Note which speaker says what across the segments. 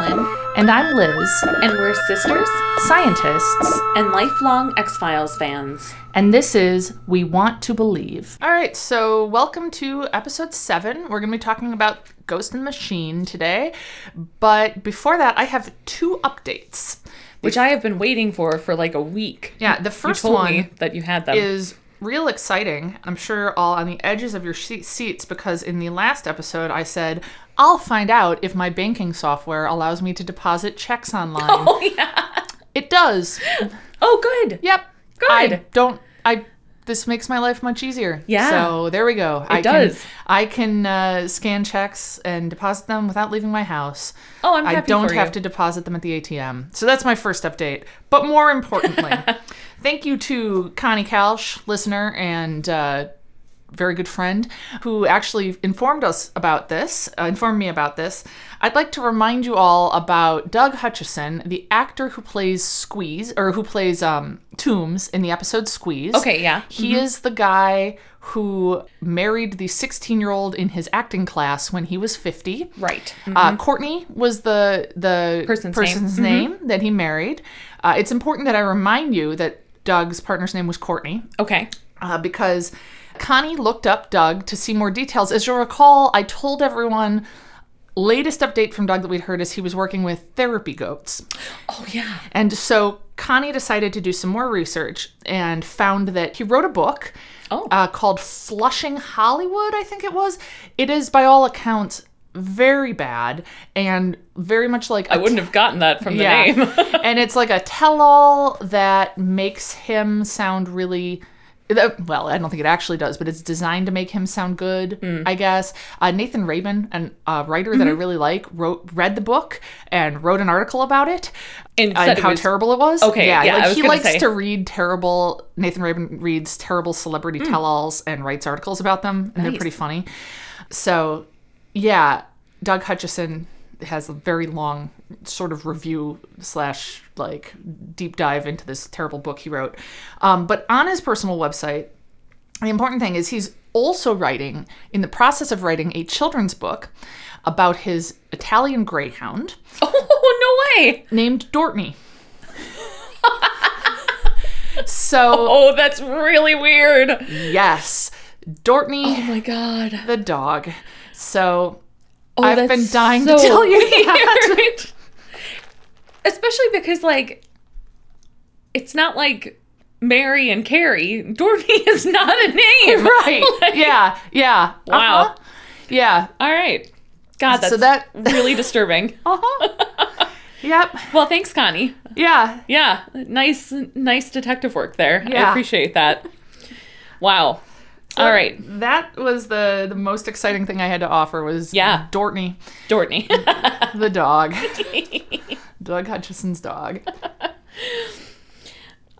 Speaker 1: And I'm Liz,
Speaker 2: And we're sisters
Speaker 1: scientists,
Speaker 2: and lifelong X Files fans.
Speaker 1: and this is We Want to Believe.
Speaker 3: All right, so welcome to episode seven. We're going to be talking about Ghost in the Machine today. But before that, I have two updates.
Speaker 2: Which I have been waiting for for like a week.
Speaker 3: Yeah, the first
Speaker 2: Told
Speaker 3: one
Speaker 2: me that you had them.
Speaker 3: is real exciting. I'm sure all on the edges of your she- seats because in the last episode, I said, I'll find out if my banking software allows me to deposit checks online.
Speaker 2: oh yeah.
Speaker 3: It does.
Speaker 2: Oh good.
Speaker 3: Yep.
Speaker 2: Good.
Speaker 3: I don't. I. This makes my life much easier.
Speaker 2: Yeah.
Speaker 3: So there we go. It I
Speaker 2: does.
Speaker 3: Can, I can uh, scan checks and deposit them without leaving my house.
Speaker 2: Oh, I'm
Speaker 3: I
Speaker 2: happy
Speaker 3: don't
Speaker 2: for
Speaker 3: have
Speaker 2: you.
Speaker 3: to deposit them at the ATM. So that's my first update. But more importantly, thank you to Connie Kalsh, listener and uh, very good friend, who actually informed us about this, uh, informed me about this. I'd like to remind you all about Doug Hutchison, the actor who plays Squeeze, or who plays um, Tombs in the episode Squeeze.
Speaker 2: Okay, yeah. Mm-hmm.
Speaker 3: He is the guy who married the 16 year old in his acting class when he was 50.
Speaker 2: Right.
Speaker 3: Uh, Courtney was the the
Speaker 2: Mm-hmm. Person's Mm-hmm.
Speaker 3: name. that he married. Uh, it's important that I remind you that Doug's partner's name was Courtney
Speaker 2: Okay.
Speaker 3: uh, because Connie looked up Doug to see more details. As you'll recall, I told everyone latest update from Doug that we'd heard is he was working with therapy goats.
Speaker 2: Oh yeah.
Speaker 3: And so Connie decided to do some more research and found that he wrote a book
Speaker 2: Oh.
Speaker 3: uh, called Flushing Hollywood, I think it was. It is, by all accounts, very bad and very much like
Speaker 2: I wouldn't have gotten that from the name.
Speaker 3: and it's like a tell-all that makes him sound really that- well, I don't think it actually does, but it's designed to make him sound good,
Speaker 2: Hmm.
Speaker 3: I guess. Uh, Nathan Rabin, an- a writer that I
Speaker 2: Mm-hmm.
Speaker 3: really like, wrote read the book and wrote an article about it
Speaker 2: and
Speaker 3: and
Speaker 2: said it
Speaker 3: how
Speaker 2: was-
Speaker 3: terrible it was.
Speaker 2: Okay, yeah,
Speaker 3: like
Speaker 2: I was
Speaker 3: he
Speaker 2: gonna
Speaker 3: likes
Speaker 2: say.
Speaker 3: to read terrible. Nathan Rabin reads terrible celebrity
Speaker 2: Mm.
Speaker 3: tell-alls and writes articles about them, and they're pretty funny. So, yeah, Doug Hutchison has a very long sort of review slash like deep dive into this terrible book he wrote. Um, but on his personal website, the important thing is he's also writing, in the process of writing, a children's book about his Italian greyhound
Speaker 2: Oh no way.
Speaker 3: named Dortney. so,
Speaker 2: Oh, that's really weird.
Speaker 3: yes, Dortney
Speaker 2: Oh my god.
Speaker 3: the dog. So,
Speaker 2: Oh,
Speaker 3: I've
Speaker 2: that's
Speaker 3: been dying
Speaker 2: so
Speaker 3: to tell you that.
Speaker 2: weird. Especially because like it's not like Mary and Carrie. Dorothy is not a name.
Speaker 3: right.
Speaker 2: Like,
Speaker 3: yeah, yeah.
Speaker 2: Wow.
Speaker 3: Uh-huh. Yeah.
Speaker 2: All right. God, that's
Speaker 3: so that
Speaker 2: really disturbing.
Speaker 3: uh-huh. Yep.
Speaker 2: Well, thanks, Connie.
Speaker 3: Yeah.
Speaker 2: Yeah, nice, nice detective work there. I
Speaker 3: Yeah.
Speaker 2: appreciate that. Wow. All right,
Speaker 3: That was the the most exciting thing I had to offer was
Speaker 2: Yeah.
Speaker 3: Dortney
Speaker 2: Dortney.
Speaker 3: the dog. Doug Hutchison's dog.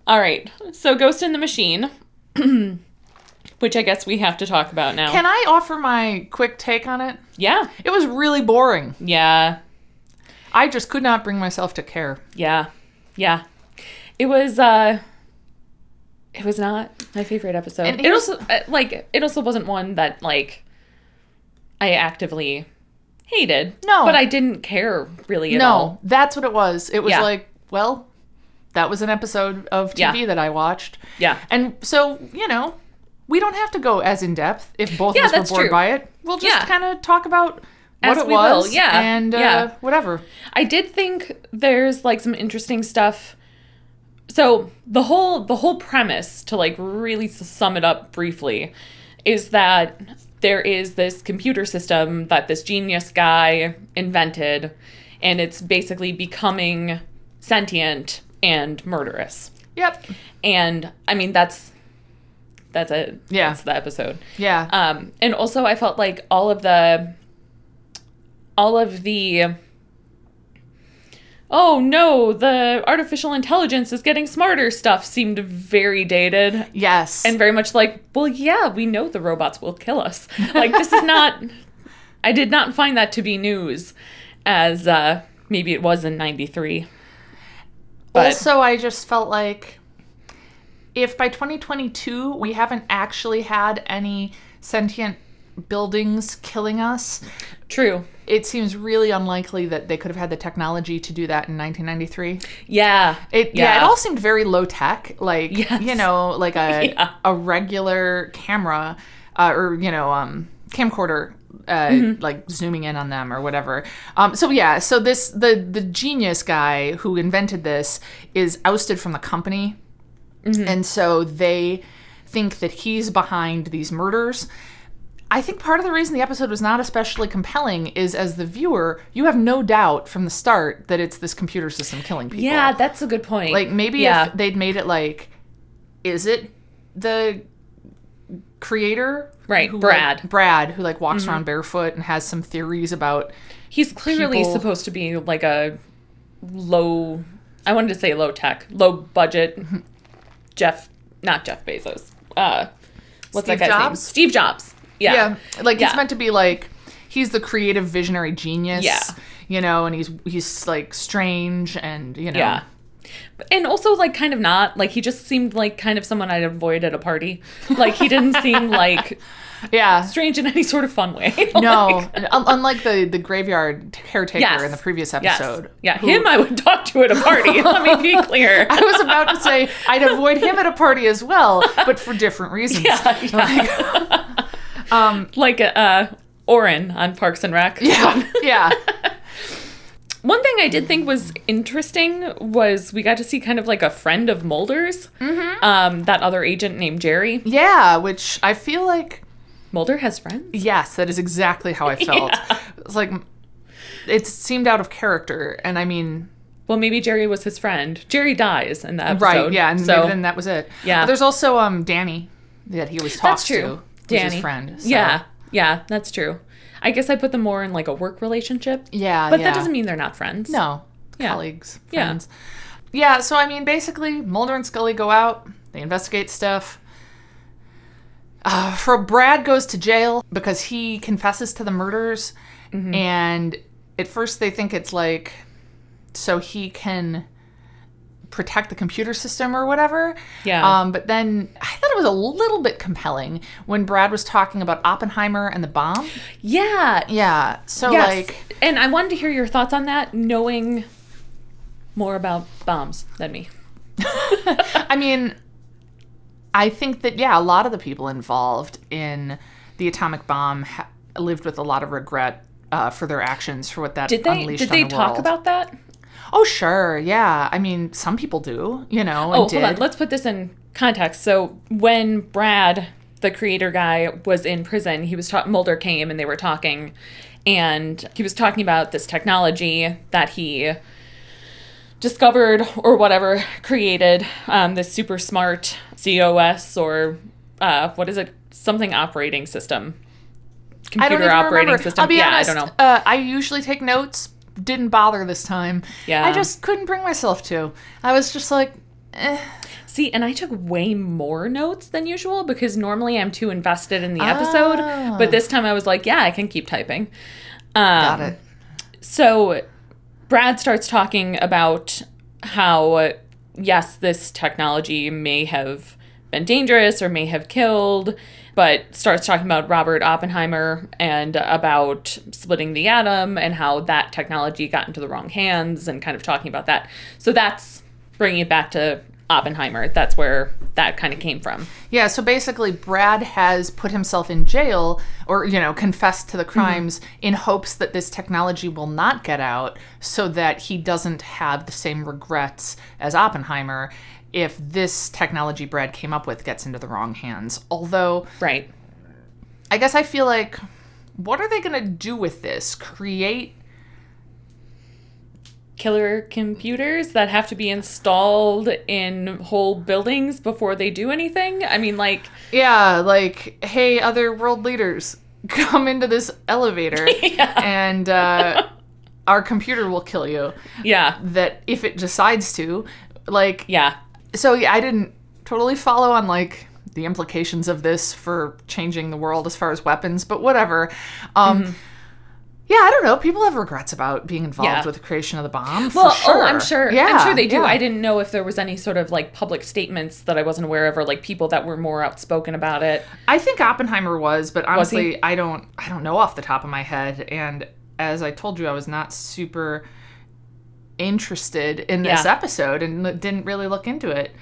Speaker 2: All right. So, Ghost in the Machine, which I guess we have to talk about now.
Speaker 3: Can I offer my quick take on it?
Speaker 2: yeah,
Speaker 3: It was really boring.
Speaker 2: yeah,
Speaker 3: I just could not bring myself to care.
Speaker 2: yeah, yeah. It was. uh It was not my favorite episode.
Speaker 3: And
Speaker 2: it also uh, like it also wasn't one that like I actively hated.
Speaker 3: No.
Speaker 2: but I didn't care really at
Speaker 3: no,
Speaker 2: all.
Speaker 3: that's what it was. It was
Speaker 2: Yeah.
Speaker 3: like, well, that was an episode of
Speaker 2: Yeah.
Speaker 3: TV that I watched.
Speaker 2: Yeah.
Speaker 3: And so, you know, we don't have to go as in depth if both
Speaker 2: Yeah,
Speaker 3: of us
Speaker 2: that's
Speaker 3: were bored
Speaker 2: true.
Speaker 3: by it. We'll just
Speaker 2: Yeah.
Speaker 3: kind of talk about what
Speaker 2: As
Speaker 3: it
Speaker 2: we
Speaker 3: was
Speaker 2: will, yeah,
Speaker 3: and uh,
Speaker 2: yeah.
Speaker 3: whatever.
Speaker 2: I did think there's like some interesting stuff. So the whole the whole premise to like really s- sum it up briefly is that there is this computer system that this genius guy invented and it's basically becoming sentient and murderous.
Speaker 3: Yep.
Speaker 2: And I mean that's that's it.
Speaker 3: Yeah.
Speaker 2: That's the episode.
Speaker 3: Yeah.
Speaker 2: Um, and also, I felt like all of the, all of the. Oh no, the artificial intelligence is getting smarter. Stuff seemed very dated
Speaker 3: yes.
Speaker 2: and very much like, well, yeah, we know the robots will kill us. Like this is not. I did not find that to be news, as uh, maybe it was in '93. But
Speaker 3: also, I just felt like if by 2022 we haven't actually had any sentient buildings killing us.
Speaker 2: True.
Speaker 3: It seems really unlikely that they could have had the technology to do that in 1993.
Speaker 2: Yeah.
Speaker 3: It yeah, it all seemed very low tech, like
Speaker 2: Yes.
Speaker 3: you know, like a
Speaker 2: Yeah.
Speaker 3: a regular camera uh, or you know, um, camcorder. Uh,
Speaker 2: Mm-hmm.
Speaker 3: like zooming in on them or whatever. Um, so yeah, so this the the genius guy who invented this is ousted from the company,
Speaker 2: Mm-hmm.
Speaker 3: and so they think that he's behind these murders. I think part of the reason the episode was not especially compelling is, as the viewer, you have no doubt from the start that it's this computer system killing people.
Speaker 2: Yeah, that's a good point.
Speaker 3: Like maybe
Speaker 2: yeah.
Speaker 3: if they'd made it like, is it the creator?
Speaker 2: Right,
Speaker 3: who,
Speaker 2: Brad. Mm-hmm.
Speaker 3: like- Brad, who like walks around barefoot and has some theories about
Speaker 2: He's clearly
Speaker 3: people-
Speaker 2: supposed to be like a low I wanted to say low tech, low budget Jeff not Jeff Bezos. Uh what's that
Speaker 3: Steve
Speaker 2: guy's
Speaker 3: Jobs?
Speaker 2: name? Steve Jobs. Yeah.
Speaker 3: yeah, like
Speaker 2: Yeah.
Speaker 3: it's meant to be like he's the creative visionary genius.
Speaker 2: Yeah.
Speaker 3: you know, and he's he's like strange and you know
Speaker 2: Yeah. And also, like, kind of not. Like, he just seemed like kind of someone I'd avoid at a party. Like, he didn't seem like
Speaker 3: yeah.
Speaker 2: strange in any sort of fun way.
Speaker 3: No, un- unlike the the graveyard caretaker
Speaker 2: Yes.
Speaker 3: in the previous
Speaker 2: Yes.
Speaker 3: episode.
Speaker 2: Yeah,
Speaker 3: who-
Speaker 2: him I would talk to at a party. Let me be clear.
Speaker 3: I was about to say I'd avoid him at a party as well, but for different reasons.
Speaker 2: Yeah, yeah.
Speaker 3: Um,
Speaker 2: like uh, Oren on Parks and Rec.
Speaker 3: yeah, yeah.
Speaker 2: One thing I did think was interesting was we got to see kind of like a friend of Mulder's,
Speaker 3: Mm-hmm.
Speaker 2: um, that other agent named Jerry.
Speaker 3: Yeah, which I feel like
Speaker 2: Mulder has friends.
Speaker 3: yes, that is exactly how I felt. It's like it seemed out of character, and I mean,
Speaker 2: Well, maybe Jerry was his friend. Jerry dies in that episode.
Speaker 3: right? yeah, and
Speaker 2: so
Speaker 3: maybe then that was it.
Speaker 2: Yeah.
Speaker 3: But there's also um Danny that he was
Speaker 2: That's
Speaker 3: tossed
Speaker 2: true.
Speaker 3: to, who's
Speaker 2: Danny.
Speaker 3: his friend. so-
Speaker 2: Yeah, yeah, that's true. I guess I put them more in like a work relationship,
Speaker 3: yeah,
Speaker 2: but
Speaker 3: yeah.
Speaker 2: that doesn't mean they're not friends.
Speaker 3: no
Speaker 2: Yeah.
Speaker 3: colleagues,
Speaker 2: Yeah.
Speaker 3: friends. Yeah, so I mean, basically, Mulder and Scully go out, they investigate stuff. Uh, for Brad goes to jail because he confesses to the murders,
Speaker 2: Mm-hmm.
Speaker 3: and at first they think it's like so he can protect the computer system or whatever.
Speaker 2: Yeah.
Speaker 3: Um, but then I thought it was a little bit compelling when Brad was talking about Oppenheimer and the bomb.
Speaker 2: yeah,
Speaker 3: Yeah. So
Speaker 2: yes.
Speaker 3: like
Speaker 2: and I wanted to hear your thoughts on that, knowing more about bombs than me.
Speaker 3: I mean, I think that yeah, a lot of the people involved in the atomic bomb ha- lived with a lot of regret uh, for their actions for what that
Speaker 2: Did they
Speaker 3: unleashed
Speaker 2: did
Speaker 3: on
Speaker 2: they
Speaker 3: the
Speaker 2: talk
Speaker 3: world.
Speaker 2: about that?
Speaker 3: Oh sure, yeah. I mean, some people do, you know. And
Speaker 2: Oh,
Speaker 3: did.
Speaker 2: hold on. Let's put this in context. So when Brad, the creator guy, was in prison, he was ta- Mulder came and they were talking, and he was talking about this technology that he discovered or whatever created um, this super smart COS or uh, what is it? Something operating system. Computer
Speaker 3: I don't even
Speaker 2: operating
Speaker 3: remember.
Speaker 2: system.
Speaker 3: I'll be
Speaker 2: yeah,
Speaker 3: honest.
Speaker 2: I don't know.
Speaker 3: Uh, I usually take notes. Didn't bother this time.
Speaker 2: Yeah.
Speaker 3: I just couldn't bring myself to. I was just like, eh.
Speaker 2: See, and I took way more notes than usual because normally I'm too invested in the episode,
Speaker 3: Ah.
Speaker 2: but this time I was like, yeah, I can keep typing. Um,
Speaker 3: got it.
Speaker 2: So Brad starts talking about how, yes, this technology may have been dangerous or may have killed, but starts talking about Robert Oppenheimer and about splitting the atom and how that technology got into the wrong hands and kind of talking about that. So that's bringing it back to Oppenheimer. That's where that kind of came from.
Speaker 3: Yeah, so basically, Brad has put himself in jail or, you know, confessed to the crimes in hopes that this technology will not get out so that he doesn't have the same regrets as Oppenheimer if this technology Brad came up with gets into the wrong hands. Although,
Speaker 2: Right.
Speaker 3: I guess I feel like, what are they going to do with this? Create.
Speaker 2: killer computers that have to be installed in whole buildings before they do anything. I mean, like,
Speaker 3: Yeah, like, hey, other world leaders, come into this elevator and uh, our computer will kill you.
Speaker 2: yeah,
Speaker 3: that if it decides to like
Speaker 2: yeah,
Speaker 3: so yeah, i didn't totally follow on like the
Speaker 2: Mm-hmm.
Speaker 3: implications of this for changing the world as far as weapons but whatever um Yeah, I don't know. People have regrets about being involved
Speaker 2: Yeah.
Speaker 3: with the creation of the bomb.
Speaker 2: Well,
Speaker 3: for sure.
Speaker 2: oh, I'm sure.
Speaker 3: Yeah,
Speaker 2: I'm sure they do.
Speaker 3: yeah.
Speaker 2: I didn't know if there was any sort of like public statements that I wasn't aware of, or like people that were more outspoken about it.
Speaker 3: I think Oppenheimer was, but
Speaker 2: Was he?
Speaker 3: honestly, I don't I don't know off the top of my head. And as I told you, I was not super interested in this
Speaker 2: Yeah.
Speaker 3: episode and l- didn't really look into it.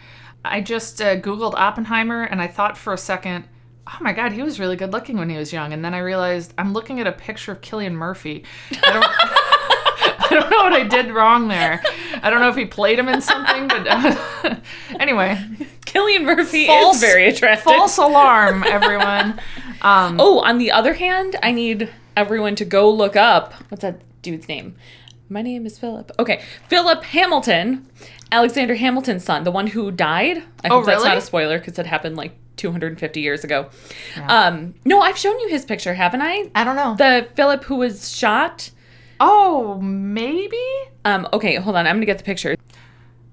Speaker 3: I just uh, googled Oppenheimer and I thought for a second, oh my god, he was really good looking when he was young. And then I realized I'm looking at a picture of Killian Murphy. I don't, I don't know what I did wrong there. I don't know if he played him in something, but anyway,
Speaker 2: Killian Murphy
Speaker 3: False-
Speaker 2: is very attractive.
Speaker 3: false alarm, everyone. Um,
Speaker 2: Oh, on the other hand, I need everyone to go look up what's that dude's name? My name is Philip. Okay, Philip Hamilton, Alexander Hamilton's son, the one who died. I
Speaker 3: Oh,
Speaker 2: hope that's not
Speaker 3: really?
Speaker 2: a spoiler because it happened like 250 years ago. Um, no, I've shown you his picture, haven't I?
Speaker 3: I don't know.
Speaker 2: The Philip who was shot.
Speaker 3: Oh, maybe?
Speaker 2: Um, okay, hold on. I'm gonna get the picture.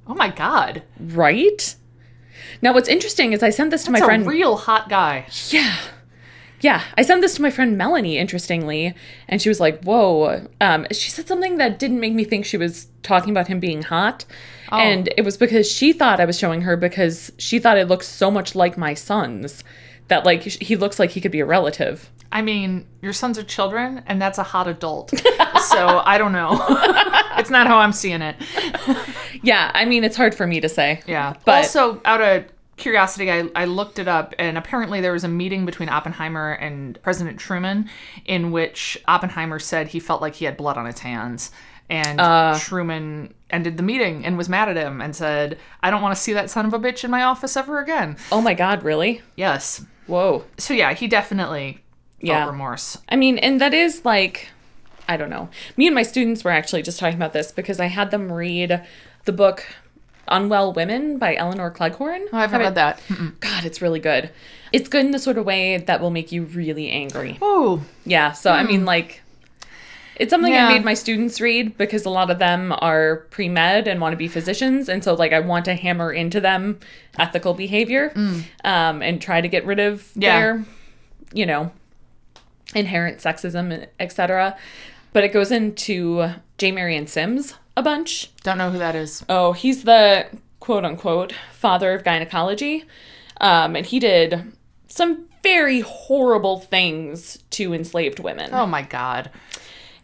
Speaker 3: Oh my god.
Speaker 2: Right. Now, what's interesting is I sent this to
Speaker 3: That's
Speaker 2: my
Speaker 3: a
Speaker 2: friend.
Speaker 3: real hot guy.
Speaker 2: Yeah. Yeah. I sent this to my friend Melanie, interestingly, and she was like, whoa. Um, she said something that didn't make me think she was talking about him being hot. And it was because she thought I was showing her because she thought it looked so much like my son's that, like, sh- he looks like he could be a relative.
Speaker 3: I mean, your sons are children and that's a hot adult. so I don't know. it's not how I'm seeing it.
Speaker 2: Yeah. I mean, it's hard for me to say.
Speaker 3: Yeah.
Speaker 2: But-
Speaker 3: also, out of curiosity, I, I looked it up, and apparently there was a meeting between Oppenheimer and President Truman in which Oppenheimer said he felt like he had blood on his hands. And
Speaker 2: Uh.
Speaker 3: Truman ended the meeting and was mad at him and said, I don't want to see that son of a bitch in my office ever again.
Speaker 2: Oh my God, really?
Speaker 3: Yes.
Speaker 2: Whoa.
Speaker 3: So yeah, he definitely felt
Speaker 2: Yeah.
Speaker 3: remorse.
Speaker 2: I mean, and that is like, I don't know. Me and my students were actually just talking about this because I had them read the book Unwell Women by Eleanor Cleghorn.
Speaker 3: Oh, I haven't read that.
Speaker 2: God, it's really good. It's good in the sort of way that will make you really angry.
Speaker 3: Oh,
Speaker 2: Yeah. So, I mean, like, it's something
Speaker 3: Yeah.
Speaker 2: I made my students read because a lot of them are pre med and want to be physicians. And so, like, I want to hammer into them ethical behavior um, and try to get rid of
Speaker 3: Hmm. Yeah.
Speaker 2: their, you know, inherent sexism, etc. But it goes into J. Marion Sims a bunch.
Speaker 3: don't know who that is.
Speaker 2: Oh, he's the quote unquote father of gynecology. Um, and he did some very horrible things to enslaved women.
Speaker 3: Oh my god.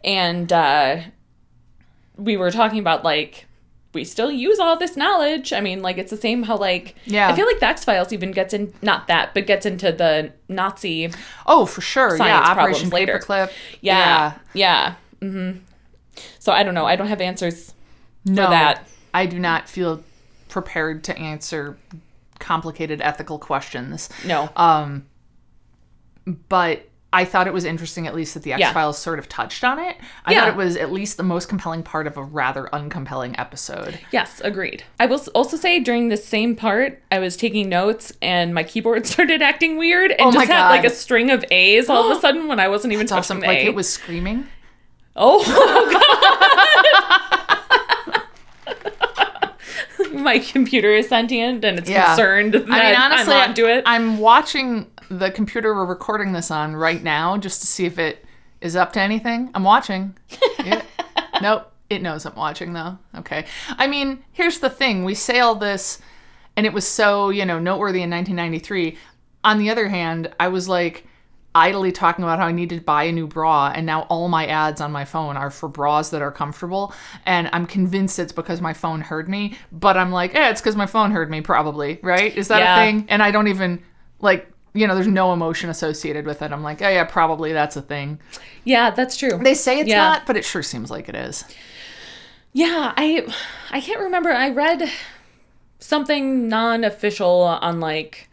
Speaker 2: And uh, we were talking about like, we still use all this knowledge. I mean, like, it's the same how, like,
Speaker 3: Yeah.
Speaker 2: I feel like the X Files even gets in, not that, but gets into the Nazi.
Speaker 3: Oh, for sure.
Speaker 2: Science
Speaker 3: yeah,
Speaker 2: problems
Speaker 3: Operation
Speaker 2: later.
Speaker 3: Paperclip.
Speaker 2: Yeah. Yeah. hmm So I don't know. I don't have answers.
Speaker 3: No,
Speaker 2: that.
Speaker 3: I do not feel prepared to answer complicated ethical questions.
Speaker 2: No.
Speaker 3: Um, but I thought it was interesting, at least that the X
Speaker 2: Yeah.
Speaker 3: Files sort of touched on it. I
Speaker 2: Yeah.
Speaker 3: thought it was at least the most compelling part of a rather uncompelling episode.
Speaker 2: Yes, agreed. I will s- also say during this same part, I was taking notes and my keyboard started acting weird and
Speaker 3: Oh
Speaker 2: just
Speaker 3: my
Speaker 2: had like a
Speaker 3: God.
Speaker 2: string of A's all of a sudden when I wasn't even
Speaker 3: It's
Speaker 2: touching
Speaker 3: awesome.
Speaker 2: the
Speaker 3: Like
Speaker 2: A.
Speaker 3: it was screaming.
Speaker 2: oh, God. my computer is sentient and it's
Speaker 3: Yeah.
Speaker 2: concerned that
Speaker 3: I mean, honestly,
Speaker 2: am onto it.
Speaker 3: I'm watching the computer we're recording this on right now just to see if it is up to anything. I'm watching. Yeah. nope. It knows I'm watching, though. Okay. I mean, here's the thing we say all this, and it was so, you know, noteworthy in 1993. On the other hand, I was like, idly talking about how I need to buy a new bra and now all my ads on my phone are for bras that are comfortable and I'm convinced it's because my phone heard me but I'm like eh it's because my phone heard me probably right is that
Speaker 2: Yeah.
Speaker 3: a thing and I don't even like you know there's no emotion associated with it I'm like oh yeah probably that's a thing
Speaker 2: yeah, that's true.
Speaker 3: they say it's
Speaker 2: Yeah.
Speaker 3: not but it sure seems like it is
Speaker 2: Yeah, I I can't remember. I read something non-official on like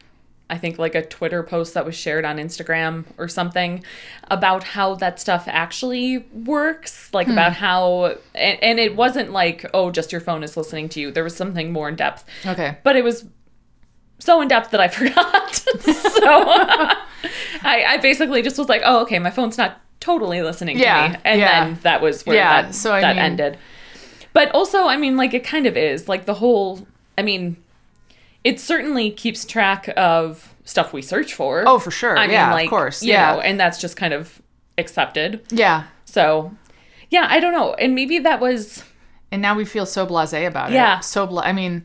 Speaker 2: I think like a Twitter post that was shared on Instagram or something about how that stuff actually works, like about how and, and it wasn't like oh just your phone is listening to you. There was something more in depth.
Speaker 3: okay
Speaker 2: But it was so in depth that I forgot. so I I basically just was like, "Oh, okay, my phone's not totally listening
Speaker 3: Yeah,
Speaker 2: to me." And
Speaker 3: yeah.
Speaker 2: then that was where
Speaker 3: Yeah,
Speaker 2: that
Speaker 3: so I
Speaker 2: that
Speaker 3: mean-
Speaker 2: ended. But also, I mean, like it kind of is. Like the whole I mean, it certainly keeps track of stuff we search for.
Speaker 3: oh for sure
Speaker 2: I
Speaker 3: yeah of course
Speaker 2: you
Speaker 3: yeah
Speaker 2: know, and that's just kind of accepted.
Speaker 3: yeah
Speaker 2: So, yeah, I don't know. And maybe that was
Speaker 3: and now we feel so blasé about it.
Speaker 2: Yeah.
Speaker 3: So bla- I mean,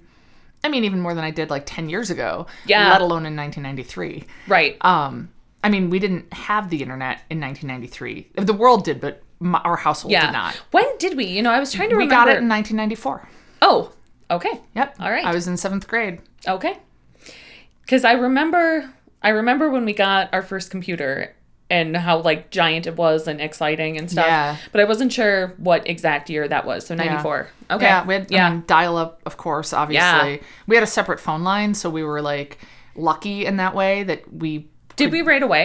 Speaker 3: I mean even more than I did like 10 years ago,
Speaker 2: Yeah.
Speaker 3: let alone in 1993.
Speaker 2: right.
Speaker 3: Um I mean, we didn't have the internet in 1993. The world did, but my, our household
Speaker 2: yeah.
Speaker 3: did not.
Speaker 2: When did we? You know, I was trying to
Speaker 3: We
Speaker 2: remember.
Speaker 3: got it in 1994.
Speaker 2: oh, okay.
Speaker 3: Yep.
Speaker 2: All right.
Speaker 3: I was in 7th grade.
Speaker 2: Okay. Cuz I remember I remember when we got our first computer and how like giant it was and exciting and stuff.
Speaker 3: Yeah.
Speaker 2: But I wasn't sure what exact year that was. So 94. Okay.
Speaker 3: Yeah, we had
Speaker 2: yeah.
Speaker 3: dial up, of course, obviously.
Speaker 2: Yeah.
Speaker 3: We had a separate phone line, so we were like lucky in that way that we
Speaker 2: Did we right away?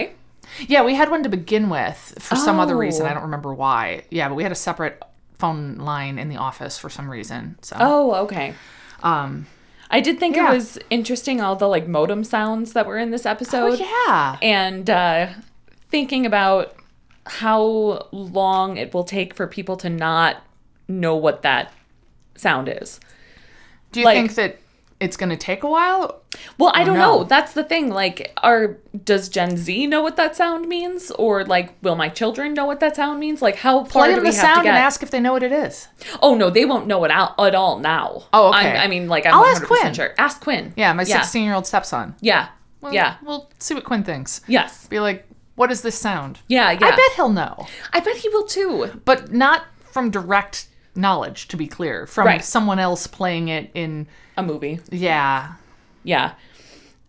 Speaker 3: Yeah, we had one to begin with for some other reason.
Speaker 2: Oh.
Speaker 3: I don't remember why. Yeah, but we had a separate phone line in the office for some reason. So
Speaker 2: Oh, okay.
Speaker 3: um
Speaker 2: I did think
Speaker 3: Yeah.
Speaker 2: it was interesting all the like modem sounds that were in this
Speaker 3: oh,
Speaker 2: episode
Speaker 3: yeah.
Speaker 2: and uh thinking about how long it will take for people to not know what that sound is.
Speaker 3: Do you
Speaker 2: like-
Speaker 3: think that it's going to take a while?
Speaker 2: Well, I don't
Speaker 3: Oh, no.
Speaker 2: know. That's the thing. Like, are does Gen Z know what that sound means, or like, will my children know what that sound means? Like, how far
Speaker 3: Play
Speaker 2: do
Speaker 3: them
Speaker 2: we
Speaker 3: the
Speaker 2: have to
Speaker 3: sound
Speaker 2: get?
Speaker 3: and ask if they know what it is.
Speaker 2: oh no, they won't know it out at all now.
Speaker 3: Oh, okay.
Speaker 2: I'm, I mean, like, I'm
Speaker 3: I'll
Speaker 2: 100%
Speaker 3: ask Quinn.
Speaker 2: Sure. Ask Quinn.
Speaker 3: Yeah, my
Speaker 2: yeah.
Speaker 3: 16-year-old stepson.
Speaker 2: Yeah.
Speaker 3: Well,
Speaker 2: yeah.
Speaker 3: We'll see what Quinn thinks.
Speaker 2: Yes.
Speaker 3: Be like, "What is this sound?"
Speaker 2: Yeah. Yeah.
Speaker 3: I bet he'll know,
Speaker 2: I bet he will too.
Speaker 3: but not from direct knowledge to be clear, from
Speaker 2: Right.
Speaker 3: someone else playing it in
Speaker 2: A movie.
Speaker 3: yeah.
Speaker 2: Yeah.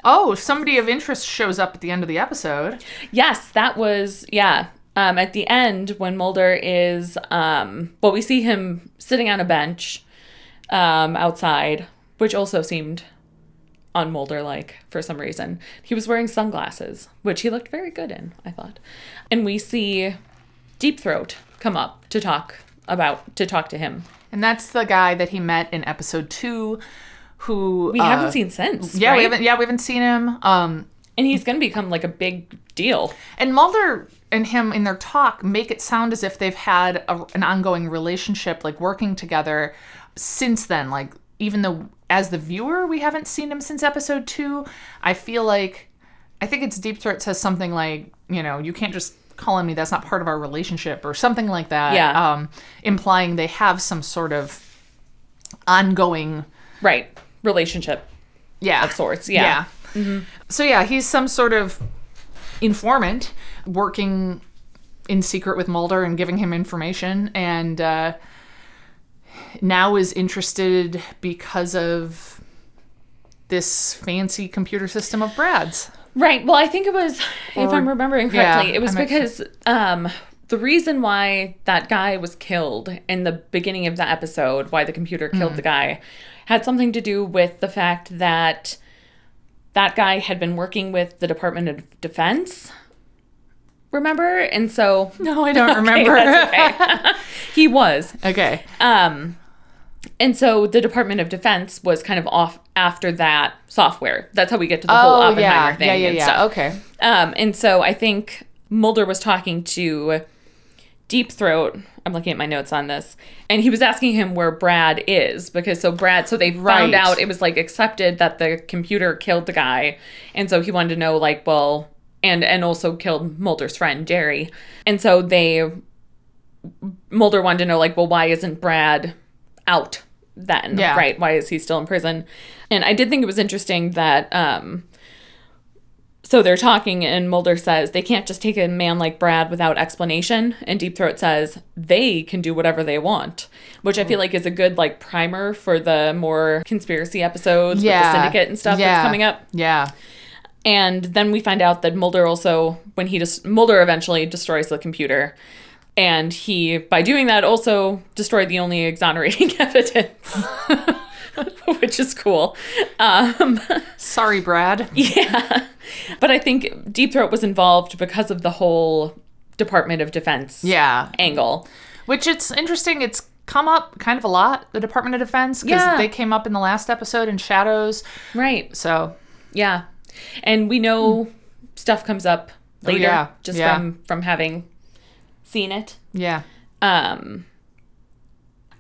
Speaker 3: Oh, somebody of interest shows up at the end of the episode.
Speaker 2: Yes, that was yeah. Um, at the end, when Mulder is, um, well, we see him sitting on a bench um, outside, which also seemed on Mulder like for some reason. He was wearing sunglasses, which he looked very good in, I thought. And we see Deep Throat come up to talk about to talk to him.
Speaker 3: And that's the guy that he met in episode two, who
Speaker 2: We
Speaker 3: uh,
Speaker 2: haven't seen since.
Speaker 3: Yeah, we
Speaker 2: right?
Speaker 3: haven't. Yeah, we haven't seen him. Um,
Speaker 2: And he's gonna become like a big deal.
Speaker 3: and Mulder and him in their talk make it sound as if they've had a, an ongoing relationship, like working together since then. Like even though as the viewer we haven't seen him since episode two, I feel like I think it's Deep Throat says something like, you know, you can't just call on me. That's not part of our relationship, or something like that.
Speaker 2: Yeah.
Speaker 3: Um, implying they have some sort of ongoing
Speaker 2: Right. Relationship.
Speaker 3: yeah of
Speaker 2: sorts, yeah.
Speaker 3: so yeah he's some sort of informant working in secret with mulder and giving him information and uh, now is interested because of this fancy computer system of brad's
Speaker 2: Right. Well, I think it was, if I'm remembering
Speaker 3: yeah,
Speaker 2: correctly, it was
Speaker 3: I'm not
Speaker 2: because um, the reason why that guy was killed in the beginning of the episode, why the computer killed
Speaker 3: Mm.
Speaker 2: the guy, had something to do with the fact that that guy had been working with the Department of Defense. Remember? And so.
Speaker 3: no i don't
Speaker 2: Okay, that's okay. he was.
Speaker 3: okay
Speaker 2: Um, and so the Department of Defense was kind of off after that software. That's how we get to the whole
Speaker 3: oh
Speaker 2: Oppenheimer
Speaker 3: yeah
Speaker 2: thing
Speaker 3: yeah yeah
Speaker 2: and
Speaker 3: yeah
Speaker 2: stuff.
Speaker 3: okay
Speaker 2: Um, and so I think Mulder was talking to Deep Throat. I'm looking at my notes on this, and he was asking him where Brad is because so Brad. So they
Speaker 3: Right.
Speaker 2: found out it was like accepted that the computer killed the guy, and so he wanted to know like well, and and also killed Mulder's friend Jerry, and so they Mulder wanted to know like well why isn't Brad out then
Speaker 3: Yeah.
Speaker 2: right why is he still in prison, and I did think it was interesting that um so they're talking, and Mulder says they can't just take a man like Brad without explanation. And Deep Throat says they can do whatever they want, which I feel like is a good like primer for the more conspiracy episodes with the
Speaker 3: Yeah.
Speaker 2: syndicate and stuff
Speaker 3: Yeah.
Speaker 2: that's coming up.
Speaker 3: yeah
Speaker 2: And then we find out that Mulder also, when he just Mulder eventually destroys the computer, and he by doing that also destroyed the only exonerating evidence, which is cool. Um,
Speaker 3: sorry brad
Speaker 2: yeah. But I think Deep Throat was involved because of the whole Department of Defense
Speaker 3: yeah
Speaker 2: angle.
Speaker 3: Which it's interesting. It's come up kind of a lot, the Department of Defense, because
Speaker 2: Yeah.
Speaker 3: they came up in the last episode in Shadows.
Speaker 2: Right.
Speaker 3: So
Speaker 2: Yeah. And we know stuff comes up later
Speaker 3: Hmm. Oh, yeah.
Speaker 2: just
Speaker 3: Yeah.
Speaker 2: from from having seen it.
Speaker 3: yeah,
Speaker 2: Um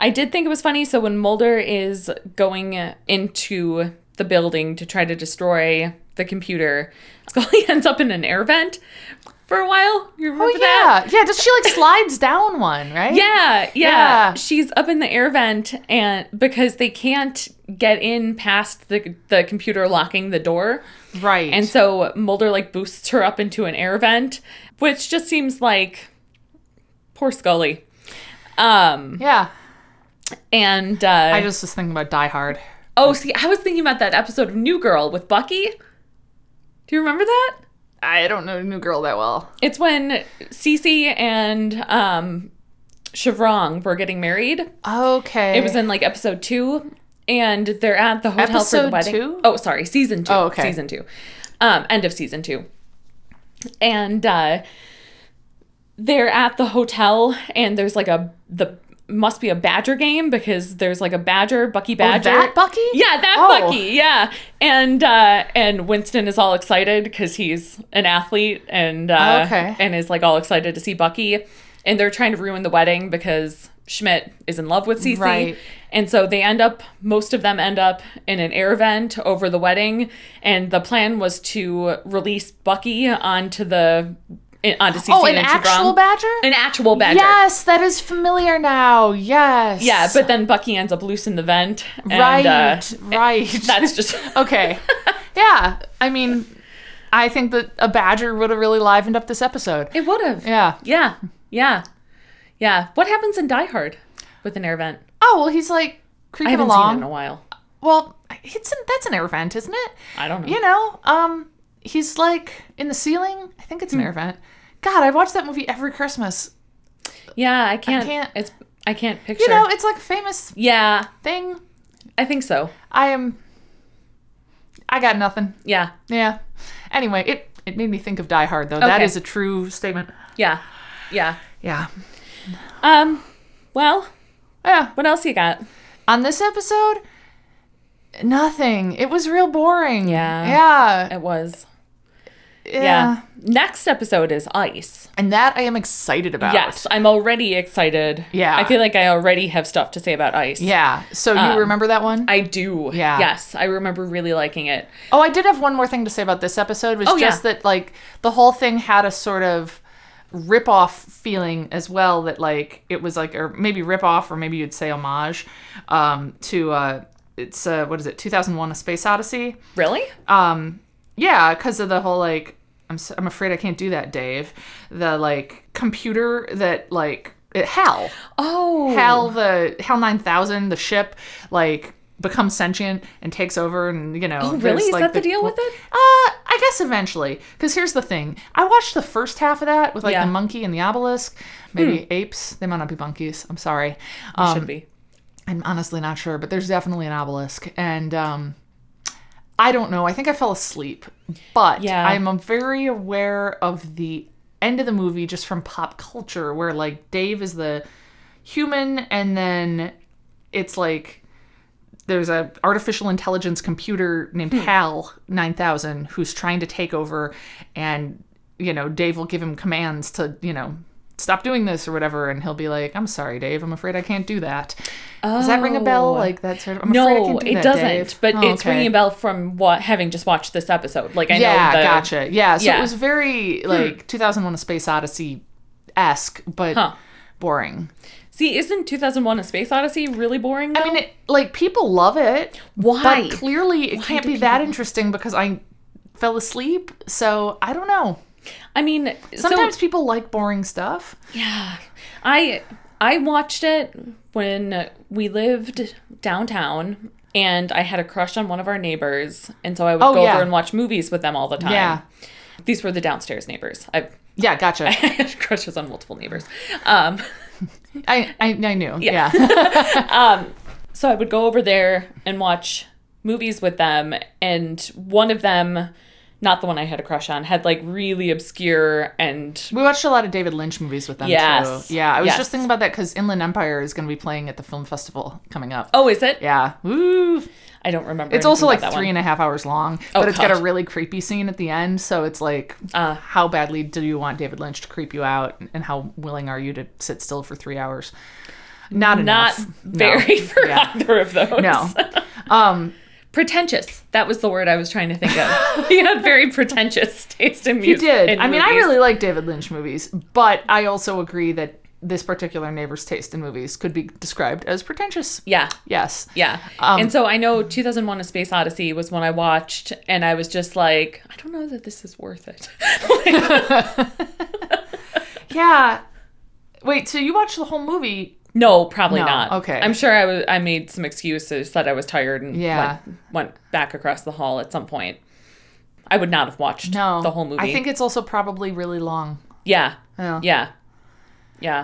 Speaker 2: I did think it was funny so when Mulder is going into the building to try to destroy the computer. Scully ends up in an air vent for a while. You remember
Speaker 3: Oh
Speaker 2: that?
Speaker 3: yeah, yeah. Does she like slides down one? Right?
Speaker 2: Yeah, yeah,
Speaker 3: Yeah.
Speaker 2: She's up in the air vent and because they can't get in past the the computer locking the door.
Speaker 3: Right.
Speaker 2: And so Mulder like boosts her up into an air vent, which just seems like poor Scully. Um
Speaker 3: yeah.
Speaker 2: and uh
Speaker 3: I just was thinking about Die Hard.
Speaker 2: Oh, see, I was thinking about that episode of New Girl with Bucky. Do you remember that?
Speaker 3: I don't know New Girl that well.
Speaker 2: It's when Cece and um, Chevron were getting married.
Speaker 3: Okay.
Speaker 2: It was in like episode two, and they're at the hotel for the
Speaker 3: Episode
Speaker 2: wedding.
Speaker 3: two?
Speaker 2: Oh, sorry, season two.
Speaker 3: Oh, okay.
Speaker 2: Season two, um, end of season two, and uh, they're at the hotel, and there's like a the must be a badger game because there's like a badger, Bucky Badger.
Speaker 3: Oh, that Bucky?
Speaker 2: Yeah, that
Speaker 3: Oh.
Speaker 2: Bucky. Yeah, and uh, and Winston is all excited because he's an athlete and uh,
Speaker 3: Okay.
Speaker 2: and is like all excited to see Bucky, and they're trying to ruin the wedding because Schmidt is in love with Cece,
Speaker 3: Right.
Speaker 2: and so they end up most of them end up in an air vent over the wedding, and the plan was to release Bucky onto the in- onto Cece
Speaker 3: oh, an
Speaker 2: and
Speaker 3: actual
Speaker 2: Chevron.
Speaker 3: badger?
Speaker 2: an actual badger.
Speaker 3: Yes, that is familiar now. Yes.
Speaker 2: Yeah, but then Bucky ends up loose in the vent. And,
Speaker 3: right,
Speaker 2: uh,
Speaker 3: right.
Speaker 2: that's just
Speaker 3: okay. Yeah, I mean, I think that a badger would have really livened up this episode.
Speaker 2: It would have.
Speaker 3: Yeah.
Speaker 2: Yeah. Yeah. Yeah. What happens in Die Hard with an air vent?
Speaker 3: Oh well, he's like
Speaker 2: I
Speaker 3: creeping
Speaker 2: haven't
Speaker 3: along.
Speaker 2: seen it in a while.
Speaker 3: Well, it's an, that's an air vent, isn't it?
Speaker 2: I don't know.
Speaker 3: You know, um, he's like in the ceiling. I think it's
Speaker 2: Hmm.
Speaker 3: an air vent. God, I watch that movie every Christmas.
Speaker 2: Yeah, I can't.
Speaker 3: can't-
Speaker 2: It's I can't picture.
Speaker 3: You know, it's like a famous
Speaker 2: yeah,
Speaker 3: thing.
Speaker 2: I think so.
Speaker 3: I am. I got nothing.
Speaker 2: Yeah.
Speaker 3: Yeah. Anyway, it it made me think of Die Hard though. That
Speaker 2: Okay.
Speaker 3: is a true statement.
Speaker 2: Yeah. Yeah.
Speaker 3: Yeah.
Speaker 2: Um. Well,
Speaker 3: Yeah.
Speaker 2: what else you got?
Speaker 3: On this episode, nothing. It was real boring.
Speaker 2: Yeah.
Speaker 3: Yeah.
Speaker 2: It was.
Speaker 3: Yeah.
Speaker 2: Yeah. Next episode is ice.
Speaker 3: And that I am excited about.
Speaker 2: Yes, I'm already excited.
Speaker 3: Yeah.
Speaker 2: I feel like I already have stuff to say about ice.
Speaker 3: Yeah. So you remember that one?
Speaker 2: Um, I do.
Speaker 3: Yeah.
Speaker 2: Yes, I remember really liking it.
Speaker 3: Oh, I did have one more thing to say about this episode. Was
Speaker 2: Oh, yeah.
Speaker 3: just that like the whole thing had a sort of rip-off feeling as well. That like it was like or maybe rip-off or maybe you'd say homage um, to uh, it's uh, what is it 2001: A Space Odyssey.
Speaker 2: Really?
Speaker 3: Um, yeah, because of the whole like I'm s- I'm afraid I can't do that, Dave. The like computer that like it, Hal
Speaker 2: Oh.
Speaker 3: Hal the Hal nine thousand the ship like becomes sentient and takes over and you know
Speaker 2: Oh,
Speaker 3: there's,
Speaker 2: really? Is
Speaker 3: like,
Speaker 2: that the deal with it?
Speaker 3: uh, I guess eventually. Because here's the thing: I watched the first half of that with like
Speaker 2: Yeah. Hmm.
Speaker 3: the monkey and the obelisk, maybe apes. They might not be monkeys. I'm sorry. Um,
Speaker 2: Should be.
Speaker 3: I'm honestly not sure, but there's definitely an obelisk, and um, I don't know. I think I fell asleep, but
Speaker 2: Yeah.
Speaker 3: I'm very aware of the end of the movie just from pop culture, where like Dave is the human, and then it's like there's a artificial intelligence computer named
Speaker 2: Hmm.
Speaker 3: Hal 9000 who's trying to take over and you know Dave will give him commands to you know stop doing this or whatever and he'll be like I'm sorry Dave I'm afraid I can't do that does that ring a bell
Speaker 2: Oh.
Speaker 3: like that sort of I'm afraid I
Speaker 2: No,
Speaker 3: can't do
Speaker 2: it
Speaker 3: that,
Speaker 2: doesn't.
Speaker 3: Dave."
Speaker 2: But
Speaker 3: Oh,
Speaker 2: it's
Speaker 3: okay.
Speaker 2: ringing a bell from what having just watched this episode. Like I
Speaker 3: yeah
Speaker 2: know the
Speaker 3: gotcha yeah so
Speaker 2: Yeah. Hmm.
Speaker 3: it was very like 2001 a space odyssey esque but
Speaker 2: Huh.
Speaker 3: boring
Speaker 2: See, isn't 2001: A Space Odyssey really boring?
Speaker 3: I mean it, like people love it
Speaker 2: Why?
Speaker 3: But clearly, it can't
Speaker 2: do
Speaker 3: be that interesting because I fell asleep. So I don't know.
Speaker 2: I mean,
Speaker 3: Sometimes
Speaker 2: sometimes
Speaker 3: people like boring stuff.
Speaker 2: yeah. I I watched it when we lived downtown, and I had a crush on one of our neighbors, and so I would
Speaker 3: Oh,
Speaker 2: go
Speaker 3: yeah.
Speaker 2: over and watch movies with them all the time.
Speaker 3: Yeah.
Speaker 2: These were the downstairs neighbors. I
Speaker 3: Yeah, gotcha.
Speaker 2: I had crushes on multiple neighbors. Um,
Speaker 3: I, I I knew. Yeah.
Speaker 2: So I would go over there and watch movies with them, and one of them, not the one I had a crush on, had like really obscure and
Speaker 3: we watched a lot of David Lynch movies with them
Speaker 2: Yes.
Speaker 3: too. Yeah, I was
Speaker 2: Yes.
Speaker 3: just thinking about that because Inland Empire is going to be playing at the film festival coming up.
Speaker 2: oh, is it?
Speaker 3: Yeah. Woo.
Speaker 2: I don't remember.
Speaker 3: It's also like three and a half hours long, but it's got
Speaker 2: Oh, God.
Speaker 3: a really creepy scene at the end. So it's like,
Speaker 2: Uh.
Speaker 3: how badly do you want David Lynch to creep you out, and how willing are you to sit still for three hours?
Speaker 2: Not
Speaker 3: Not enough. No.
Speaker 2: very for
Speaker 3: Yeah.
Speaker 2: either of those.
Speaker 3: No. um,
Speaker 2: pretentious. That was the word I was trying to think of. he had very pretentious taste in
Speaker 3: He
Speaker 2: music.
Speaker 3: did.
Speaker 2: in
Speaker 3: I mean, I
Speaker 2: movies.
Speaker 3: really like David Lynch movies, but I also agree that this particular neighbor's taste in movies could be described as pretentious.
Speaker 2: Yeah.
Speaker 3: Yes.
Speaker 2: Yeah.
Speaker 3: Um,
Speaker 2: and so I know 2001 A Space Odyssey was one I watched, and I was just like, I don't know that this is worth it. Like,
Speaker 3: Yeah. Wait, so you watched the whole movie?
Speaker 2: no, probably
Speaker 3: No,
Speaker 2: not.
Speaker 3: okay.
Speaker 2: I'm sure I was, I made some excuses that I was tired and
Speaker 3: Yeah.
Speaker 2: went, went back across the hall at some point. I would not have watched
Speaker 3: No.
Speaker 2: the whole movie.
Speaker 3: I think Oh. it's also probably really long.
Speaker 2: Yeah.
Speaker 3: Yeah.
Speaker 2: Yeah. Yeah.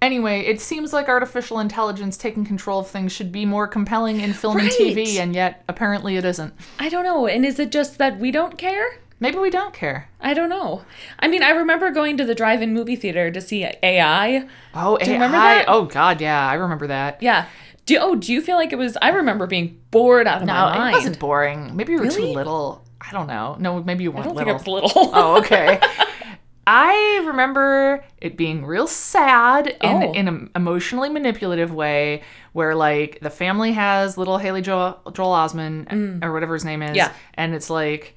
Speaker 3: Anyway, it seems like artificial intelligence taking control of things should be more compelling in film and TV,
Speaker 2: Right.
Speaker 3: and yet apparently it isn't.
Speaker 2: I don't know. And is it just that we don't care?
Speaker 3: Maybe we don't care.
Speaker 2: I don't know. I mean, I remember going to the drive-in movie theater to see AI.
Speaker 3: Oh,
Speaker 2: you remember
Speaker 3: AI?
Speaker 2: that?
Speaker 3: Oh, God, yeah, I remember that.
Speaker 2: Yeah. Do oh, do you feel like it was? I remember being bored out of
Speaker 3: No,
Speaker 2: my mind.
Speaker 3: Oh, it wasn't boring. Maybe you were too
Speaker 2: Really?
Speaker 3: little. I don't know. No, maybe you
Speaker 2: I
Speaker 3: weren't
Speaker 2: don't
Speaker 3: little.
Speaker 2: think I was little.
Speaker 3: oh, okay. I remember it being real sad in,
Speaker 2: Oh.
Speaker 3: in an emotionally manipulative way where, like, the family has little Haley Joel, Joel Osment or whatever his name is.
Speaker 2: Mm. Yeah.
Speaker 3: And it's like,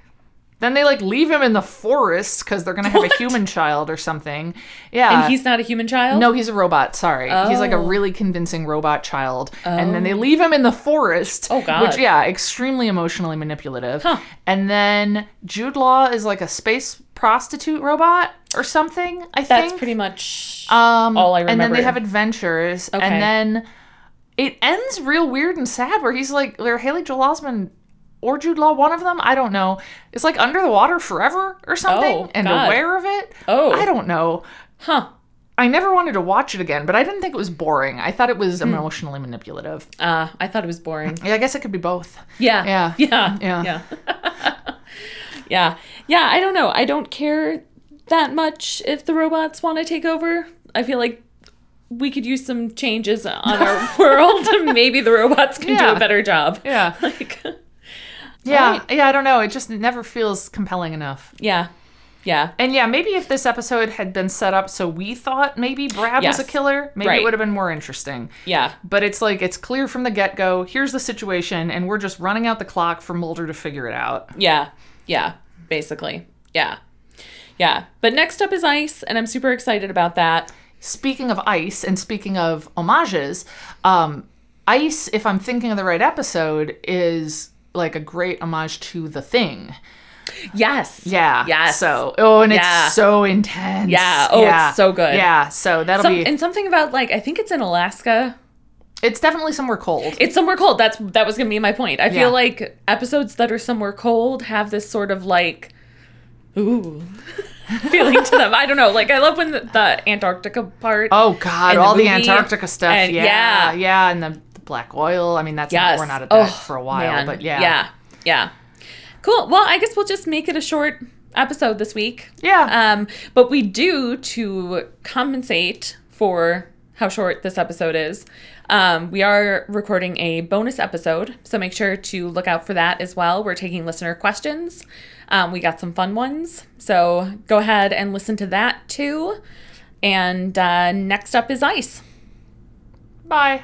Speaker 3: then they, like, leave him in the forest because they're going to have a human child or something. Yeah.
Speaker 2: and he's not a human child.
Speaker 3: uh, No, he's a robot. Sorry, he's like a
Speaker 2: Oh.
Speaker 3: really convincing robot child, and then they leave him in the forest.
Speaker 2: Oh, God.
Speaker 3: Which yeah, extremely emotionally manipulative.
Speaker 2: Huh.
Speaker 3: And then Jude Law is like a space prostitute robot or something. I
Speaker 2: that's
Speaker 3: think
Speaker 2: pretty much
Speaker 3: um,
Speaker 2: all I remember.
Speaker 3: And then they have adventures,
Speaker 2: Okay.
Speaker 3: and then it ends real weird and sad, where he's like, where Haley Joel Osment or Jude Law, one of them, I don't know, is like under the water forever or something,
Speaker 2: Oh,
Speaker 3: and
Speaker 2: God.
Speaker 3: aware of it.
Speaker 2: Oh.
Speaker 3: I don't know.
Speaker 2: huh?
Speaker 3: I never wanted to watch it again, but I didn't think it was boring. I thought it was emotionally manipulative.
Speaker 2: Uh, I thought it was boring.
Speaker 3: Yeah, I guess it could be both.
Speaker 2: Yeah.
Speaker 3: Yeah.
Speaker 2: Yeah.
Speaker 3: Yeah.
Speaker 2: Yeah. yeah. Yeah. I don't know. I don't care that much if the robots want to take over. I feel like we could use some changes on our world. Maybe the robots can do
Speaker 3: Yeah.
Speaker 2: a better job.
Speaker 3: Yeah.
Speaker 2: Like,
Speaker 3: Yeah.
Speaker 2: Right.
Speaker 3: Yeah, I don't know. It just never feels compelling enough.
Speaker 2: yeah. Yeah.
Speaker 3: And yeah, maybe if this episode had been set up so we thought maybe Brad was
Speaker 2: Yes.
Speaker 3: a killer, maybe
Speaker 2: Right.
Speaker 3: it would have been more interesting.
Speaker 2: Yeah.
Speaker 3: But it's like it's clear from the get-go, here's the situation and we're just running out the clock for Mulder to figure it out.
Speaker 2: Yeah. Yeah. Basically. Yeah. Yeah. But next up is ice, and I'm super excited about that.
Speaker 3: Speaking of ice and speaking of homages, um, ice, if I'm thinking of the right episode, is like a great homage to the thing.
Speaker 2: Yes.
Speaker 3: Yeah.
Speaker 2: Yes.
Speaker 3: So oh, and
Speaker 2: Yeah.
Speaker 3: it's so intense.
Speaker 2: Yeah. Oh, it's so good.
Speaker 3: Yeah. So that'll
Speaker 2: Some,
Speaker 3: be.
Speaker 2: and something about like I think it's in Alaska.
Speaker 3: it's definitely somewhere cold.
Speaker 2: It's somewhere cold. That's that was gonna be my point. I
Speaker 3: Yeah.
Speaker 2: feel like episodes that are somewhere cold have this sort of like ooh feeling to them. I don't know. Like I love when the, the Antarctica part.
Speaker 3: oh God!
Speaker 2: in the
Speaker 3: all the
Speaker 2: movie,
Speaker 3: Antarctica stuff.
Speaker 2: and-
Speaker 3: yeah.
Speaker 2: yeah.
Speaker 3: Yeah. and the, the black oil. I mean, that's
Speaker 2: yes.
Speaker 3: not, we're not at
Speaker 2: Oh,
Speaker 3: that for a while,
Speaker 2: man.
Speaker 3: but yeah.
Speaker 2: Yeah. Yeah. Cool. Well, I guess we'll just make it a short episode this week.
Speaker 3: Yeah.
Speaker 2: Um, but we do to compensate for how short this episode is. Um, we are recording a bonus episode, so make sure to look out for that as well. We're taking listener questions. Um, we got some fun ones, so go ahead and listen to that too. And uh, next up is ice.
Speaker 3: Bye.